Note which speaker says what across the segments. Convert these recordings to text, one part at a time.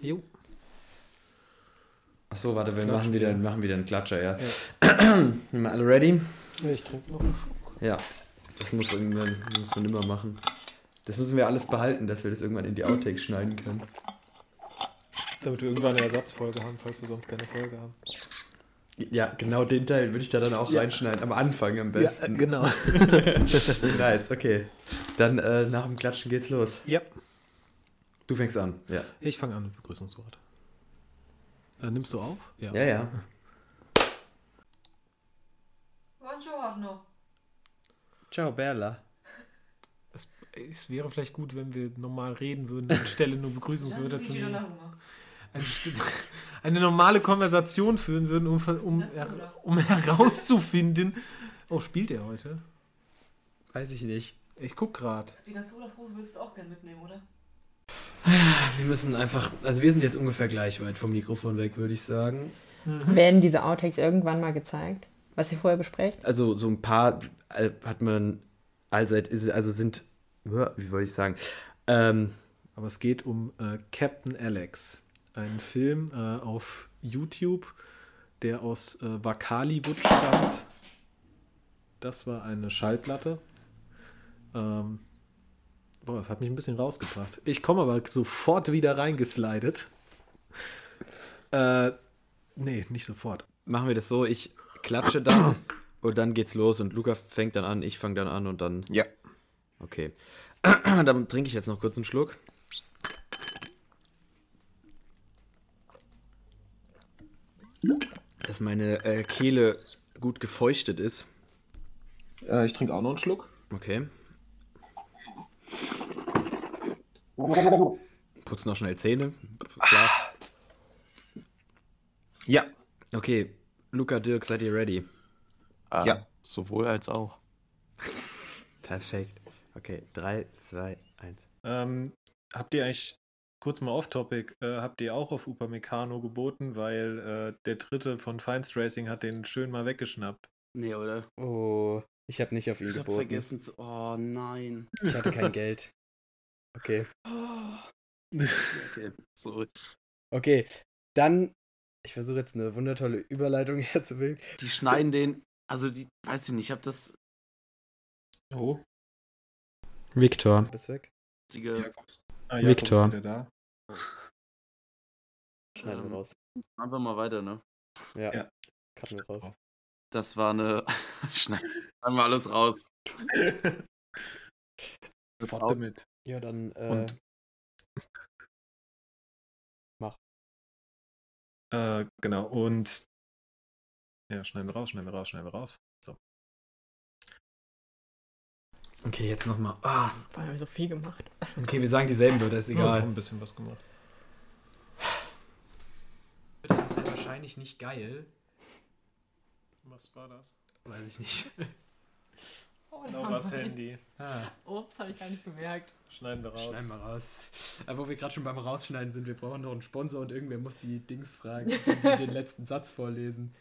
Speaker 1: Jo.
Speaker 2: Achso, warte, wir
Speaker 1: Klatsch,
Speaker 2: machen wieder,
Speaker 1: ja.
Speaker 2: machen wieder einen Klatscher, ja. Sind wir alle ready?
Speaker 1: Ich trinke noch einen Schluck.
Speaker 2: Ja. Das muss, irgendwann, muss man immer machen. Das müssen wir alles behalten, dass wir das irgendwann in die Outtakes schneiden können.
Speaker 1: Damit wir irgendwann eine Ersatzfolge haben, falls wir sonst keine Folge haben.
Speaker 2: Ja, genau den Teil würde ich da dann auch
Speaker 1: Ja.
Speaker 2: reinschneiden. Am Anfang am besten.
Speaker 1: genau.
Speaker 2: nice, okay. Dann äh, nach dem Klatschen geht's los.
Speaker 1: ja,
Speaker 2: Du fängst an. Ja.
Speaker 1: ich fange an mit Begrüßungswort. Äh, nimmst du auf?
Speaker 2: Ja, ja.
Speaker 3: Buongiorno.
Speaker 2: Ciao, Bella.
Speaker 1: Es, es wäre vielleicht gut, wenn wir normal reden würden, anstelle nur Begrüßungswörter zu
Speaker 3: Gianluigi
Speaker 1: nehmen.
Speaker 3: Donnarumma.
Speaker 1: Eine, Sti- eine normale Konversation führen würden, um, ver- um, her- um herauszufinden. Oh, spielt er heute?
Speaker 2: Weiß ich nicht.
Speaker 1: Ich guck gerade.
Speaker 3: Spinazzolas Hose würdest du auch gerne mitnehmen, oder?
Speaker 4: Wir müssen einfach, also wir sind jetzt ungefähr gleich weit vom Mikrofon weg, würde ich sagen.
Speaker 5: Werden diese Outtakes irgendwann mal gezeigt, was ihr vorher besprecht?
Speaker 2: Also so ein paar äh, hat man allseit, ist- also sind, wie soll ich sagen, ähm,
Speaker 1: Aber es geht um äh, Captain Alex. Einen Film äh, auf YouTube, der aus äh, Wakaliwood stammt. Das war eine Schallplatte. Ähm, boah, das hat mich ein bisschen rausgebracht. Ich komme aber sofort wieder reingeslidet. Äh, nee, nicht sofort.
Speaker 2: machen wir das so, ich klatsche dann und dann geht's los und Luca fängt dann an, ich fange dann an und dann,
Speaker 4: Ja.
Speaker 2: okay. dann trinke ich jetzt noch kurz einen Schluck. Dass meine äh, Kehle gut gefeuchtet ist.
Speaker 4: Äh, ich trinke auch noch einen Schluck.
Speaker 2: Okay. Putz noch schnell Zähne. Klar.
Speaker 4: Ja.
Speaker 2: Okay, Luca, Dirk, seid ihr ready?
Speaker 6: Ah,
Speaker 4: Ja.
Speaker 6: Sowohl als auch.
Speaker 2: Perfekt. Okay, 3, 2, 1.
Speaker 1: Ähm, habt ihr eigentlich, kurz mal off-topic, äh, habt ihr auch auf Upamecano geboten, weil äh, der dritte von Feinst Racing hat den schön mal weggeschnappt.
Speaker 7: Nee, oder?
Speaker 2: Oh, ich habe nicht auf ihn
Speaker 7: Ich hab
Speaker 2: geboten.
Speaker 7: vergessen zu. Oh nein.
Speaker 2: Ich hatte kein Geld. Okay.
Speaker 7: Oh. Okay, sorry.
Speaker 2: Okay, dann. Ich versuche jetzt eine wundertolle Überleitung herzubringen.
Speaker 7: Die schneiden den. Also, die, weiß ich nicht, ich habe das.
Speaker 1: Oh.
Speaker 4: Victor.
Speaker 2: Bist weg?
Speaker 7: Einzige,
Speaker 1: Ah,
Speaker 4: Victor.
Speaker 1: Jakobs wieder da.
Speaker 2: Schneiden
Speaker 7: ähm,
Speaker 2: wir raus.
Speaker 7: Machen wir mal weiter, ne?
Speaker 2: Ja.
Speaker 1: ja.
Speaker 2: Cutten wir raus.
Speaker 7: Das war eine. Schneiden wir alles raus.
Speaker 1: Fort
Speaker 7: auch-
Speaker 1: damit.
Speaker 2: Ja, dann. Äh,
Speaker 1: Und- Äh, genau, und ja, schneiden wir raus, schneiden wir raus, schneiden wir raus.
Speaker 4: Okay, jetzt nochmal. Ah,
Speaker 5: Vorher habe ich so viel gemacht.
Speaker 4: okay, wir sagen dieselben Wörter, ist
Speaker 1: Ja, ich hab
Speaker 4: egal.
Speaker 1: ein bisschen was gemacht.
Speaker 4: Das ist halt wahrscheinlich nicht geil.
Speaker 1: Was war das?
Speaker 4: Weiß ich nicht.
Speaker 5: Oh,
Speaker 1: Novas Handy.
Speaker 4: Ah,
Speaker 5: Ups, habe ich gar nicht gemerkt.
Speaker 1: Schneiden wir raus.
Speaker 4: schneiden wir raus. Aber wo wir gerade schon beim Rausschneiden sind, wir brauchen noch einen Sponsor und irgendwer muss die Dings fragen, die den letzten Satz vorlesen.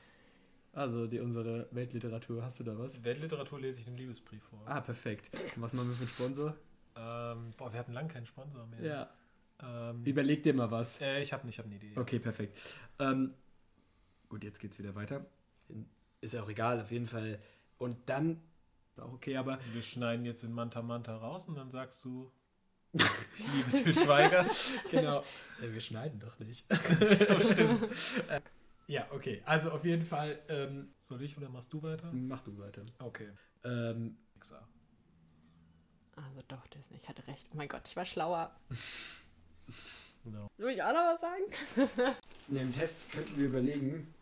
Speaker 4: Also, die unsere Weltliteratur. Hast du da was?
Speaker 1: Weltliteratur lese ich den Liebesbrief vor.
Speaker 4: Ah, perfekt. Und was machen wir für einen Sponsor?
Speaker 1: Ähm, boah, wir hatten lange keinen Sponsor mehr.
Speaker 4: Ah. Ja.
Speaker 1: Ähm,
Speaker 4: Überleg dir mal was.
Speaker 1: äh, ich habe nicht, ich hab eine Idee.
Speaker 4: Okay, perfekt. Ähm, gut, jetzt geht's wieder weiter. Ist ja auch egal, auf jeden Fall. Und dann ist auch okay, aber
Speaker 1: Wir schneiden jetzt den Manta Manta raus und dann sagst du, ich liebe Til Schweiger.
Speaker 4: genau. Ja, wir schneiden doch nicht.
Speaker 1: so stimmt.
Speaker 4: Ja, okay. Also auf jeden Fall ähm,
Speaker 1: Soll ich oder machst du weiter?
Speaker 4: mach du weiter.
Speaker 1: Okay.
Speaker 4: Ähm,
Speaker 1: Pixar.
Speaker 5: Also doch, Disney, ich hatte recht. Oh mein Gott, ich war schlauer.
Speaker 1: Genau.
Speaker 5: Soll ich auch noch was sagen?
Speaker 4: in dem Test könnten wir überlegen,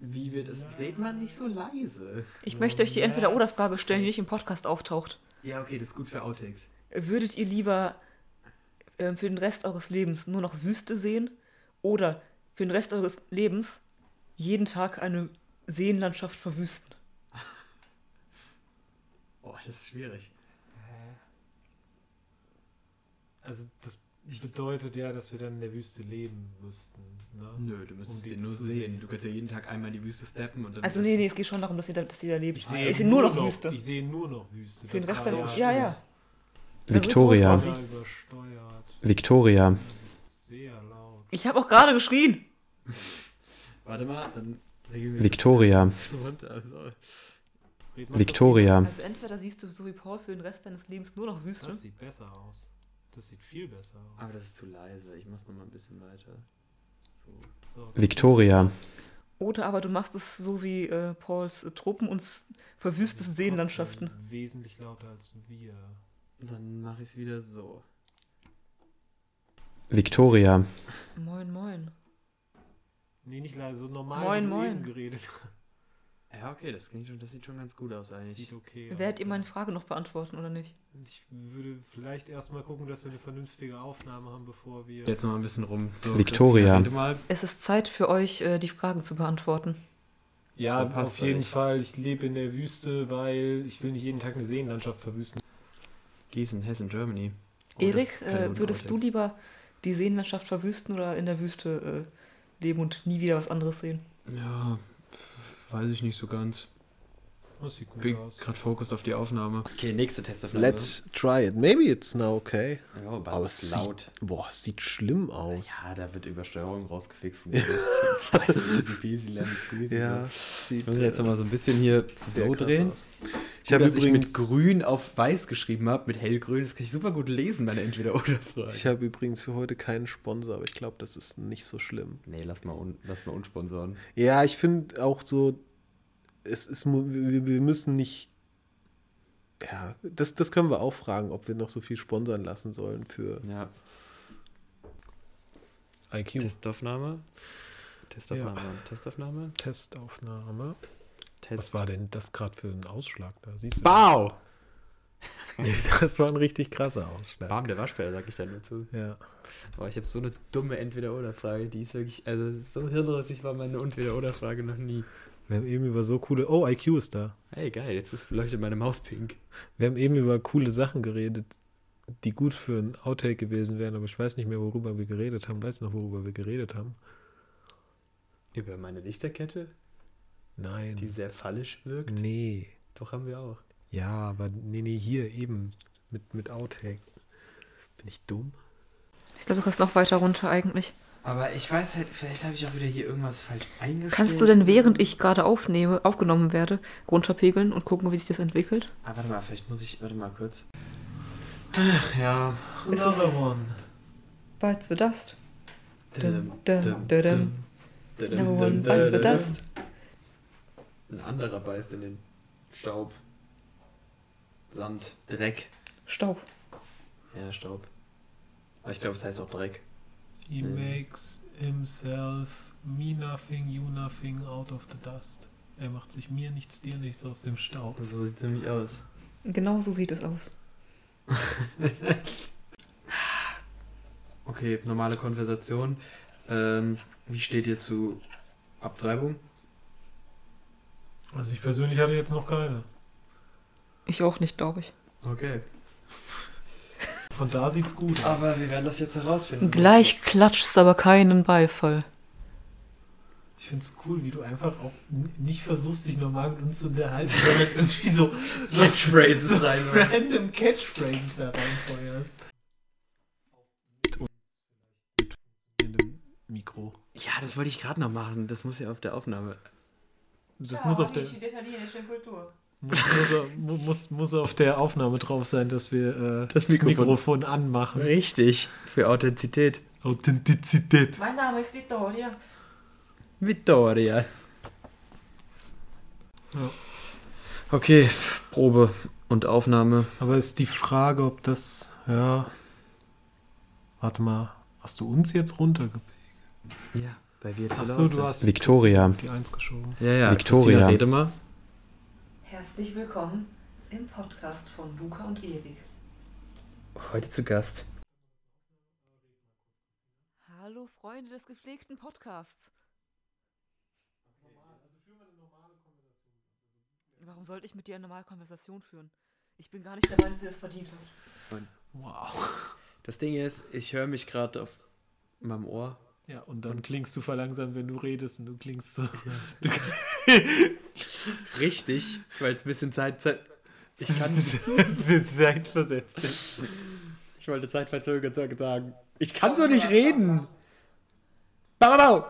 Speaker 4: wie wir das. Red mal nicht so leise.
Speaker 3: Ich möchte euch die Entweder-Oder-Frage stellen, die nicht im Podcast auftaucht.
Speaker 4: Ja, okay, das ist gut für Outtakes.
Speaker 3: Würdet ihr lieber ähm, für den Rest eures Lebens nur noch Wüste sehen oder für den Rest eures Lebens jeden Tag eine Seenlandschaft verwüsten?
Speaker 4: Oh, das ist schwierig.
Speaker 1: Also das bedeutet ja, dass wir dann in der Wüste leben müssten. Ne?
Speaker 4: Oh, Nö, du müsstest
Speaker 1: Um die
Speaker 4: den nur
Speaker 1: zu
Speaker 4: sehen.
Speaker 1: sehen.
Speaker 4: Du kannst ja jeden Tag einmal in die Wüste steppen und dann.
Speaker 3: Also nee, nee, es geht schon darum, dass ihr da, dass ihr da lebt.
Speaker 1: Ich sehe
Speaker 3: es sind nur noch Wüste.
Speaker 1: Ich sehe nur noch Wüste.
Speaker 3: Für den
Speaker 1: Das
Speaker 3: Rest
Speaker 1: war
Speaker 3: deines-
Speaker 1: so
Speaker 3: ja, ja.
Speaker 1: stimmt.
Speaker 3: Victoria.
Speaker 1: Total übersteuert.
Speaker 2: Victoria.
Speaker 1: sehr laut.
Speaker 3: Ich habe auch gerade geschrien.
Speaker 4: Warte mal, dann regeln wir
Speaker 2: Victoria.
Speaker 4: das runter. Also,
Speaker 1: Red mal
Speaker 2: Victoria.
Speaker 3: Also entweder siehst du so wie Paul für den Rest deines Lebens nur noch
Speaker 1: kurz.
Speaker 3: Wüste.
Speaker 1: Das sieht besser aus. Das sieht viel besser aus.
Speaker 2: Aber das ist zu leise. Ich mach's nochmal ein bisschen weiter.
Speaker 1: So.
Speaker 2: Victoria.
Speaker 3: Oder aber du machst es so wie äh, Pauls äh, Truppen und s-
Speaker 1: Das
Speaker 3: verwüstest
Speaker 1: ist
Speaker 3: Seenlandschaften.
Speaker 1: trotzdem Wesentlich lauter als wir.
Speaker 2: Dann mach ich's wieder so. Victoria.
Speaker 3: Moin, moin.
Speaker 1: Nee, nicht leider, so normal
Speaker 3: Moin,
Speaker 1: wie du
Speaker 3: moin.
Speaker 1: eben geredet.
Speaker 2: Ja, okay, das klingt schon, das sieht schon ganz gut aus
Speaker 1: Das
Speaker 2: eigentlich.
Speaker 1: sieht okay aus.
Speaker 3: Werdet ihr meine Frage noch beantworten oder nicht?
Speaker 1: Ich würde vielleicht erstmal gucken, dass wir eine vernünftige Aufnahme haben, bevor wir.
Speaker 2: Jetzt noch mal ein bisschen rum. So,
Speaker 6: Victoria.
Speaker 2: Christian, rede mal.
Speaker 3: Es ist Zeit für euch, äh, die Fragen zu beantworten.
Speaker 1: ja,
Speaker 2: So passt
Speaker 1: auf jeden
Speaker 2: eigentlich.
Speaker 1: Fall. Ich lebe in der Wüste, weil ich will nicht jeden Tag eine Seenlandschaft verwüsten.
Speaker 2: Gießen, Hessen, Germany. Oh, das
Speaker 3: Erik,
Speaker 2: ist keine
Speaker 3: äh,
Speaker 2: gute
Speaker 3: würdest du
Speaker 2: Outtakes.
Speaker 3: lieber die Seenlandschaft verwüsten oder in der Wüste äh, leben und nie wieder was anderes sehen?
Speaker 2: Ja, weiß ich nicht so ganz.
Speaker 1: Das sieht gut
Speaker 2: Bin
Speaker 1: aus.
Speaker 2: gerade fokussiert auf die Aufnahme. Okay, nächste Testaufnahme.
Speaker 8: Let's try it. Maybe it's now okay.
Speaker 2: Ja, aber
Speaker 8: Aber
Speaker 2: es
Speaker 8: es
Speaker 2: ist laut.
Speaker 8: sieht, boah, es sieht schlimm aus.
Speaker 2: Ja, da wird Übersteuerung rausgefixt. Und das weiß ich, easy peasy, lemon squeezy. So.
Speaker 8: sieht
Speaker 2: Ich muss mich jetzt nochmal so ein bisschen hier
Speaker 8: sehr
Speaker 2: so
Speaker 8: krass
Speaker 2: drehen.
Speaker 8: aus.
Speaker 2: Ich habe
Speaker 8: dass
Speaker 2: übrigens
Speaker 8: ich
Speaker 2: mit
Speaker 8: mit
Speaker 2: grün auf weiß geschrieben habe, mit hellgrün. Das kann ich super gut lesen, meine Entweder-Oder-Frage.
Speaker 8: Ich habe übrigens für heute keinen Sponsor, aber ich glaube, das ist nicht so schlimm.
Speaker 2: Nee, lass mal, un lass mal unsponsoren.
Speaker 8: Ja, ich finde auch so, es ist, mu- wir, wir müssen nicht. Ja, das, das können wir auch fragen, ob wir noch so viel sponsern lassen sollen für
Speaker 2: Ja,
Speaker 8: IQ.
Speaker 2: Testaufnahme. Testaufnahme. Testaufnahme.
Speaker 1: Testaufnahme.
Speaker 2: Test.
Speaker 1: Was war denn das gerade für ein Ausschlag da? Siehst du?
Speaker 2: Bau!
Speaker 1: Das war ein richtig krasser Ausschlag.
Speaker 2: Bam, der Waschbär, sag ich dann dazu.
Speaker 1: Ja.
Speaker 2: Aber ich habe so eine dumme Entweder-Oder-Frage, die ist wirklich, also so hirnrissig war meine Entweder-Oder-Frage noch nie.
Speaker 1: Wir haben eben über so coole. Oh, IQ ist da.
Speaker 2: Hey, geil, jetzt ist beleuchtet meine Maus pink.
Speaker 1: Wir haben eben über coole Sachen geredet, die gut für ein Outtake gewesen wären, aber ich weiß nicht mehr, worüber wir geredet haben. Weißt du noch, worüber wir geredet haben?
Speaker 2: Über meine Lichterkette,
Speaker 1: Nein.
Speaker 2: die sehr phallisch wirkt.
Speaker 1: nee.
Speaker 2: Doch haben wir auch.
Speaker 1: Ja, aber nee, nee, hier eben. Mit, mit Outtake. Bin ich dumm?
Speaker 3: Ich glaube, du kannst noch weiter runter eigentlich.
Speaker 2: Aber ich weiß halt, vielleicht habe ich auch wieder hier irgendwas falsch eingestellt.
Speaker 3: Kannst du denn, während ich gerade aufnehme, aufgenommen werde, runterpegeln und gucken, wie sich das entwickelt?
Speaker 2: Ah, warte mal, vielleicht muss ich, warte mal kurz. Ach ja.
Speaker 3: Es ist Bites the Dust. Dum, dum, dum, dum. Number one bites the dust.
Speaker 2: Ein anderer beißt in den Staub. Sand. Dreck.
Speaker 3: Staub.
Speaker 2: Ja, Staub. Aber ich glaube, es heißt auch Dreck.
Speaker 1: He makes himself me nothing, you nothing out of the dust. Er macht sich mir nichts, dir nichts aus dem Staub.
Speaker 2: So sieht es nämlich aus.
Speaker 3: Genau so sieht es aus.
Speaker 2: Okay, normale Konversation. Ähm, wie steht ihr zu Abtreibung?
Speaker 1: Also ich persönlich hatte jetzt noch keine.
Speaker 3: Ich auch nicht, glaube ich.
Speaker 2: Okay.
Speaker 1: Von da sieht's gut aus.
Speaker 2: Aber wir werden das jetzt herausfinden.
Speaker 3: Gleich klatscht's aber keinen Beifall.
Speaker 1: Ich find's cool, wie du einfach auch n- nicht versuchst, dich normal mit uns zu unterhalten, sondern irgendwie so, so
Speaker 2: Catchphrases rein.
Speaker 1: random Catchphrases da reinfeuerst. In dem Mikro.
Speaker 2: Ja, das wollte ich gerade noch machen. Das muss ja auf der Aufnahme.
Speaker 1: Das muss auf der.
Speaker 3: italienische Kultur.
Speaker 1: Muss, muss, er- mu- muss, muss auf der Aufnahme drauf sein, dass wir äh,
Speaker 2: Das
Speaker 1: das,
Speaker 2: Mikrofon.
Speaker 1: Mikrofon. anmachen.
Speaker 2: Richtig. Für Authentizität.
Speaker 1: Authentizität.
Speaker 3: Mein Name ist Vittoria.
Speaker 2: Vittoria.
Speaker 1: Ja.
Speaker 2: Okay, Probe und Aufnahme.
Speaker 1: Aber ist die Frage, ob das. Ja. Warte mal. Hast du uns jetzt runtergepackt?
Speaker 2: Ja, bei wir zu
Speaker 1: Achso,
Speaker 2: laut
Speaker 1: du
Speaker 2: sind.
Speaker 1: hast
Speaker 6: Victoria.
Speaker 1: die Eins geschoben.
Speaker 2: Ja, ja,
Speaker 6: Victoria.
Speaker 2: Christina, rede mal.
Speaker 3: Herzlich willkommen im Podcast von Luca und Erik.
Speaker 2: Heute zu Gast.
Speaker 3: Hallo Freunde des gepflegten Podcasts. Warum sollte ich mit dir eine normale Konversation führen? Ich bin gar nicht der Meinung, dass sie das verdient hat.
Speaker 1: Wow.
Speaker 2: Das Ding ist, ich höre mich gerade auf meinem Ohr.
Speaker 1: Ja, und dann klingst du verlangsamt, wenn du redest und du klingst so.
Speaker 2: Richtig, weil es ein bisschen Zeit, Zeit. Ich kann.
Speaker 1: Zeitversetzt.
Speaker 2: ich wollte Zeitverzögerung sagen.
Speaker 4: Ich kann so nicht reden. Barabau.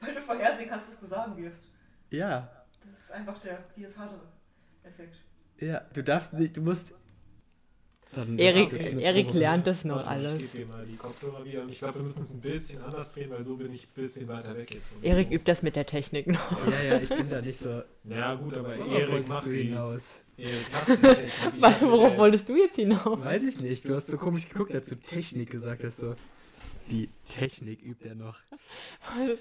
Speaker 3: Weil du vorhersehen kannst, was du sagen wirst.
Speaker 4: Ja,
Speaker 3: Das ist einfach der Bias-Hadre-Effekt.
Speaker 4: ja. Du darfst nicht, du musst. Dann
Speaker 5: Erik,
Speaker 4: das ist eine
Speaker 5: Erik
Speaker 4: Probe.
Speaker 5: lernt das noch
Speaker 1: Warte, Ich
Speaker 5: alles.
Speaker 1: gebe dir mal die Kopfhörer wieder und ich glaube, wir müssen es ein bisschen anders drehen, weil so bin ich ein bisschen weiter weg jetzt. vom
Speaker 5: Erik
Speaker 1: Mikro.
Speaker 5: übt das mit der Technik noch.
Speaker 4: Ja, ja, ich bin da nicht so.
Speaker 1: Ja, gut, aber
Speaker 4: Worauf
Speaker 1: Erik
Speaker 4: wolltest
Speaker 1: macht
Speaker 4: du
Speaker 1: die.
Speaker 4: hinaus?
Speaker 1: Erik macht die Technik. Ich hab mit
Speaker 5: Worauf
Speaker 1: der-
Speaker 5: wolltest du jetzt hinaus?
Speaker 4: Weiß ich nicht. Du hast so komisch geguckt, als du Technik gesagt hast. So. Die Technik übt er noch.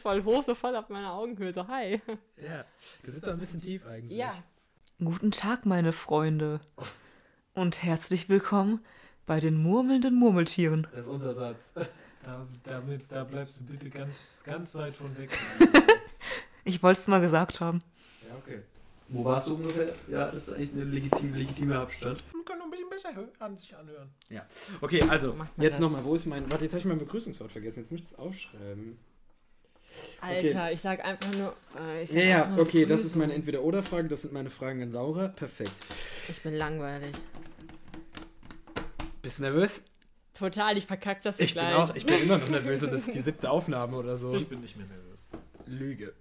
Speaker 5: Voll Hose voll auf meiner Augenhöhe. So, hi.
Speaker 4: Ja. Du sitzt auch ein bisschen tief eigentlich.
Speaker 5: Ja.
Speaker 3: Guten Tag, meine Freunde. Und herzlich willkommen bei den murmelnden Murmeltieren.
Speaker 4: Das ist unser Satz.
Speaker 1: Da, damit, da bleibst du bitte ganz, ganz weit von weg.
Speaker 3: Ich wollte es mal gesagt haben.
Speaker 2: Ja, okay. Wo warst du ungefähr? Ja, das ist eigentlich ein legitime, legitimer Abstand.
Speaker 1: Wir können noch ein bisschen besser hö- an sich anhören.
Speaker 2: Okay, also,
Speaker 5: Macht man
Speaker 2: jetzt
Speaker 5: das?
Speaker 2: nochmal, wo ist mein. Warte, jetzt habe ich mein Begrüßungswort vergessen, jetzt muss ich das aufschreiben.
Speaker 5: Alter, ich sag einfach nur. Äh, ich sag
Speaker 2: Ja,
Speaker 5: einfach
Speaker 2: ja,
Speaker 5: nur
Speaker 2: okay, das ist
Speaker 5: Grüße.
Speaker 2: meine Entweder-Oder-Frage, das sind meine Fragen an Laura. Perfekt.
Speaker 5: Ich bin langweilig.
Speaker 4: Bist du nervös?
Speaker 5: Total, ich verkack das
Speaker 4: Ich bin
Speaker 5: gleich.
Speaker 4: auch. Ich bin immer noch nervös und das ist die siebte Aufnahme oder so.
Speaker 1: Ich bin nicht mehr nervös.
Speaker 4: Lüge.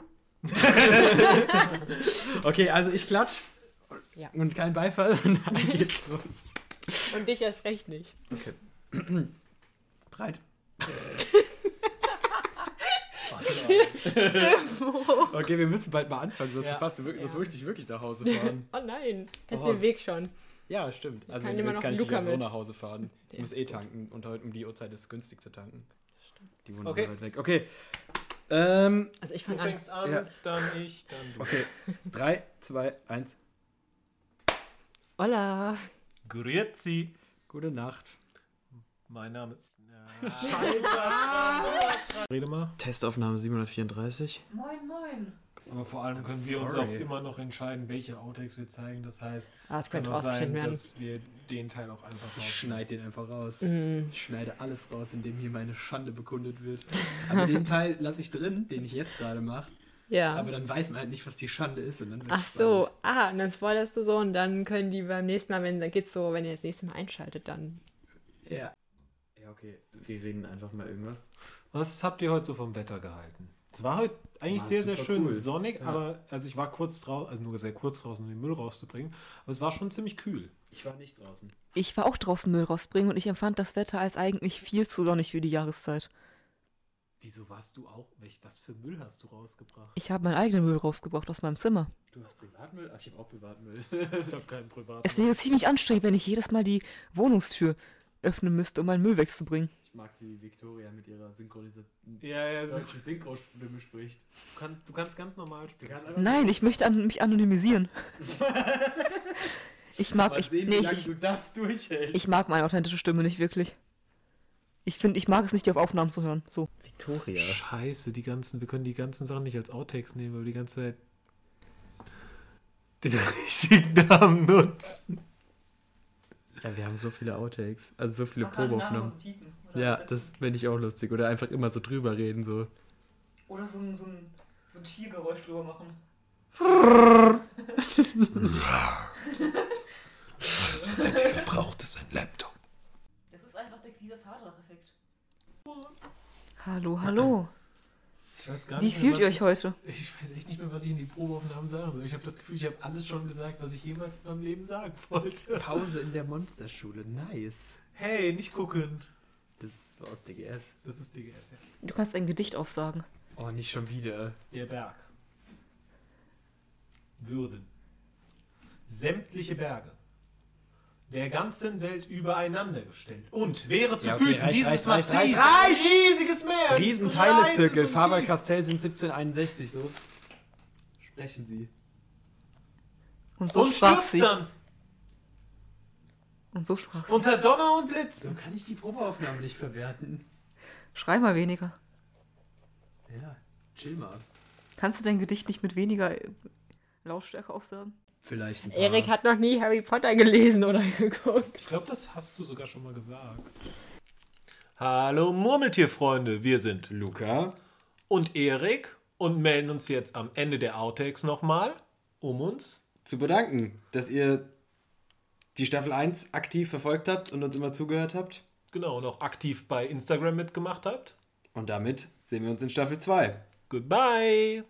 Speaker 4: okay, also ich klatsch.
Speaker 5: Ja.
Speaker 4: Und kein Beifall. Und dann geht's los.
Speaker 5: Und dich erst recht nicht.
Speaker 4: Breit.
Speaker 5: oh
Speaker 4: Okay, wir müssen bald mal anfangen, sonst,
Speaker 1: Ja.
Speaker 4: passt du wirklich, sonst
Speaker 5: Ja.
Speaker 4: würde ich dich wirklich nach Hause fahren.
Speaker 5: nein, das ist
Speaker 4: Oh.
Speaker 5: den Weg schon.
Speaker 4: ja, stimmt. Also
Speaker 5: kann
Speaker 4: kann
Speaker 5: immer
Speaker 4: jetzt
Speaker 5: noch
Speaker 4: kann ich dich
Speaker 5: Luca
Speaker 4: auch so
Speaker 5: mit.
Speaker 4: nach Hause fahren. Ich
Speaker 5: Der
Speaker 4: muss
Speaker 5: ist
Speaker 4: eh
Speaker 5: gut.
Speaker 4: tanken und heute um die Uhrzeit ist es günstig zu tanken. Die Wunder
Speaker 1: Okay.
Speaker 4: okay. weit weg. Okay. Ähm,
Speaker 5: Also ich
Speaker 1: Du
Speaker 5: fange an.
Speaker 1: fängst an,
Speaker 4: Ja.
Speaker 1: dann ich, dann du.
Speaker 4: okay. 3, 2, 1.
Speaker 5: Hola.
Speaker 1: Grüezi.
Speaker 4: Gute Nacht.
Speaker 1: Mein Name ist. Scheiße. Rede mal.
Speaker 2: Testaufnahme 734.
Speaker 3: Moin, moin.
Speaker 1: Aber vor allem können wir uns auch
Speaker 4: sorry.
Speaker 1: immer noch entscheiden, welche Outtakes wir zeigen. Das heißt,
Speaker 5: Ah, es
Speaker 1: kann
Speaker 5: könnte
Speaker 1: auch sein,
Speaker 5: ausgeschnitten werden.
Speaker 1: dass wir den Teil auch einfach
Speaker 4: Ich schneide den einfach raus.
Speaker 5: Mm,
Speaker 4: Ich schneide alles raus, in dem hier meine Schande bekundet wird. Aber den Teil lasse ich drin, den ich jetzt gerade mache.
Speaker 5: ja.
Speaker 4: Aber dann weiß man halt nicht, was die Schande ist. Und dann wird's
Speaker 5: Ach so, ah, und dann spoilerst du so und dann können die beim nächsten Mal, wenn dann geht's so, wenn ihr das nächste Mal einschaltet, dann.
Speaker 4: spannend. Ja.
Speaker 2: Ja, okay. Wir reden einfach mal irgendwas.
Speaker 1: Was habt ihr heute so vom Wetter gehalten? Es war heute eigentlich
Speaker 2: War
Speaker 1: sehr, sehr
Speaker 2: super
Speaker 1: schön
Speaker 2: cool.
Speaker 1: sonnig, aber also ich war kurz draußen, also nur sehr kurz draußen, um den Müll rauszubringen. Aber es war schon ziemlich kühl.
Speaker 2: Ich war nicht draußen.
Speaker 3: Ich war auch draußen Müll rausbringen und ich empfand das Wetter als eigentlich viel zu sonnig für die Jahreszeit.
Speaker 1: Wieso warst du auch? Welch, was für Müll hast du rausgebracht?
Speaker 3: Ich habe meinen eigenen Müll rausgebracht aus meinem Zimmer.
Speaker 2: Du hast Privatmüll? Ach, ich habe auch Privatmüll.
Speaker 1: Ich habe keinen privaten.
Speaker 3: Es wäre ziemlich anstrengend, wenn ich jedes Mal die Wohnungstür öffnen müsste, um meinen Müll wegzubringen.
Speaker 2: Ich mag sie, wie Victoria mit ihrer synchronisierten
Speaker 1: ja, ja, du,
Speaker 2: deutschen Synchro-Stimme spricht.
Speaker 1: kann, du kannst ganz normal spielen.
Speaker 3: Nein, ich möchte an, mich anonymisieren. Ich mag,
Speaker 2: Mal
Speaker 3: ich,
Speaker 2: sehen,
Speaker 3: nee,
Speaker 2: wie
Speaker 3: ich,
Speaker 2: lange
Speaker 3: ich,
Speaker 2: du das durchhältst.
Speaker 3: ich mag meine authentische Stimme nicht wirklich. Ich finde, ich mag es nicht, die auf Aufnahmen zu hören. So.
Speaker 2: Victoria.
Speaker 1: Scheiße, die ganzen, wir können die ganzen Sachen nicht als Outtakes nehmen, weil wir die ganze Zeit den richtigen Namen nutzen.
Speaker 2: Ja, wir haben so viele Outtakes. Also so viele Probeaufnahmen. Ja, das fände ich auch lustig. Oder einfach immer so drüber reden, so.
Speaker 3: Oder so ein, so ein, so ein Tiergeräusch drüber machen.
Speaker 1: Was hat ihr gebraucht? Das ist ein Laptop.
Speaker 3: Das ist einfach der Kieses Haardrach-Effekt. Hallo, hallo.
Speaker 1: Ich weiß gar
Speaker 3: Wie
Speaker 1: nicht
Speaker 3: fühlt
Speaker 1: mehr,
Speaker 3: ihr
Speaker 1: was
Speaker 3: euch heute?
Speaker 1: Ich, ich weiß echt nicht mehr, was ich in die Probeaufnahmen sagen soll. Ich habe das Gefühl, ich habe alles schon gesagt, was ich jemals in meinem Leben sagen wollte.
Speaker 4: Pause in der Monsterschule. Nice.
Speaker 1: Hey, nicht gucken.
Speaker 4: Das ist aus DGS.
Speaker 1: Das ist DGS. ja.
Speaker 3: Du kannst ein Gedicht aufsagen.
Speaker 4: Oh, nicht schon wieder.
Speaker 1: Der Berg. Würden. Sämtliche Berge. Der ganzen Welt übereinander gestellt. Und wäre zu
Speaker 4: Ja, okay,
Speaker 1: Füßen
Speaker 4: reicht,
Speaker 1: dieses
Speaker 4: reicht, reicht,
Speaker 1: massiv
Speaker 4: reicht,
Speaker 1: riesiges Meer. breites
Speaker 4: Riesenteilezirkel.
Speaker 1: und tiefes.
Speaker 4: Faber-Castell sind 1761 so. Sprechen Sie.
Speaker 3: Und so
Speaker 1: Und
Speaker 3: sprach
Speaker 1: stürzt
Speaker 3: sie.
Speaker 1: dann
Speaker 3: Und so sprach sie.
Speaker 1: unter Donner und Blitz.
Speaker 4: So kann ich die Probeaufnahme nicht verwerten.
Speaker 3: Schrei mal weniger.
Speaker 4: Ja, chill mal.
Speaker 3: Kannst du dein Gedicht nicht mit weniger äh, Lautstärke aufsagen?
Speaker 4: Vielleicht ein paar.
Speaker 5: Erik hat noch nie Harry Potter gelesen oder geguckt.
Speaker 1: Ich glaube, das hast du sogar schon mal gesagt. Hallo Murmeltierfreunde, wir sind
Speaker 2: Luca.
Speaker 1: und Erik und melden uns jetzt am Ende der Outtakes nochmal, um uns
Speaker 2: Zu bedanken, dass ihr die Staffel 1 aktiv verfolgt habt und uns immer zugehört habt.
Speaker 1: Genau, und auch aktiv bei Instagram mitgemacht habt.
Speaker 2: Und damit sehen wir uns in Staffel 2.
Speaker 1: Goodbye!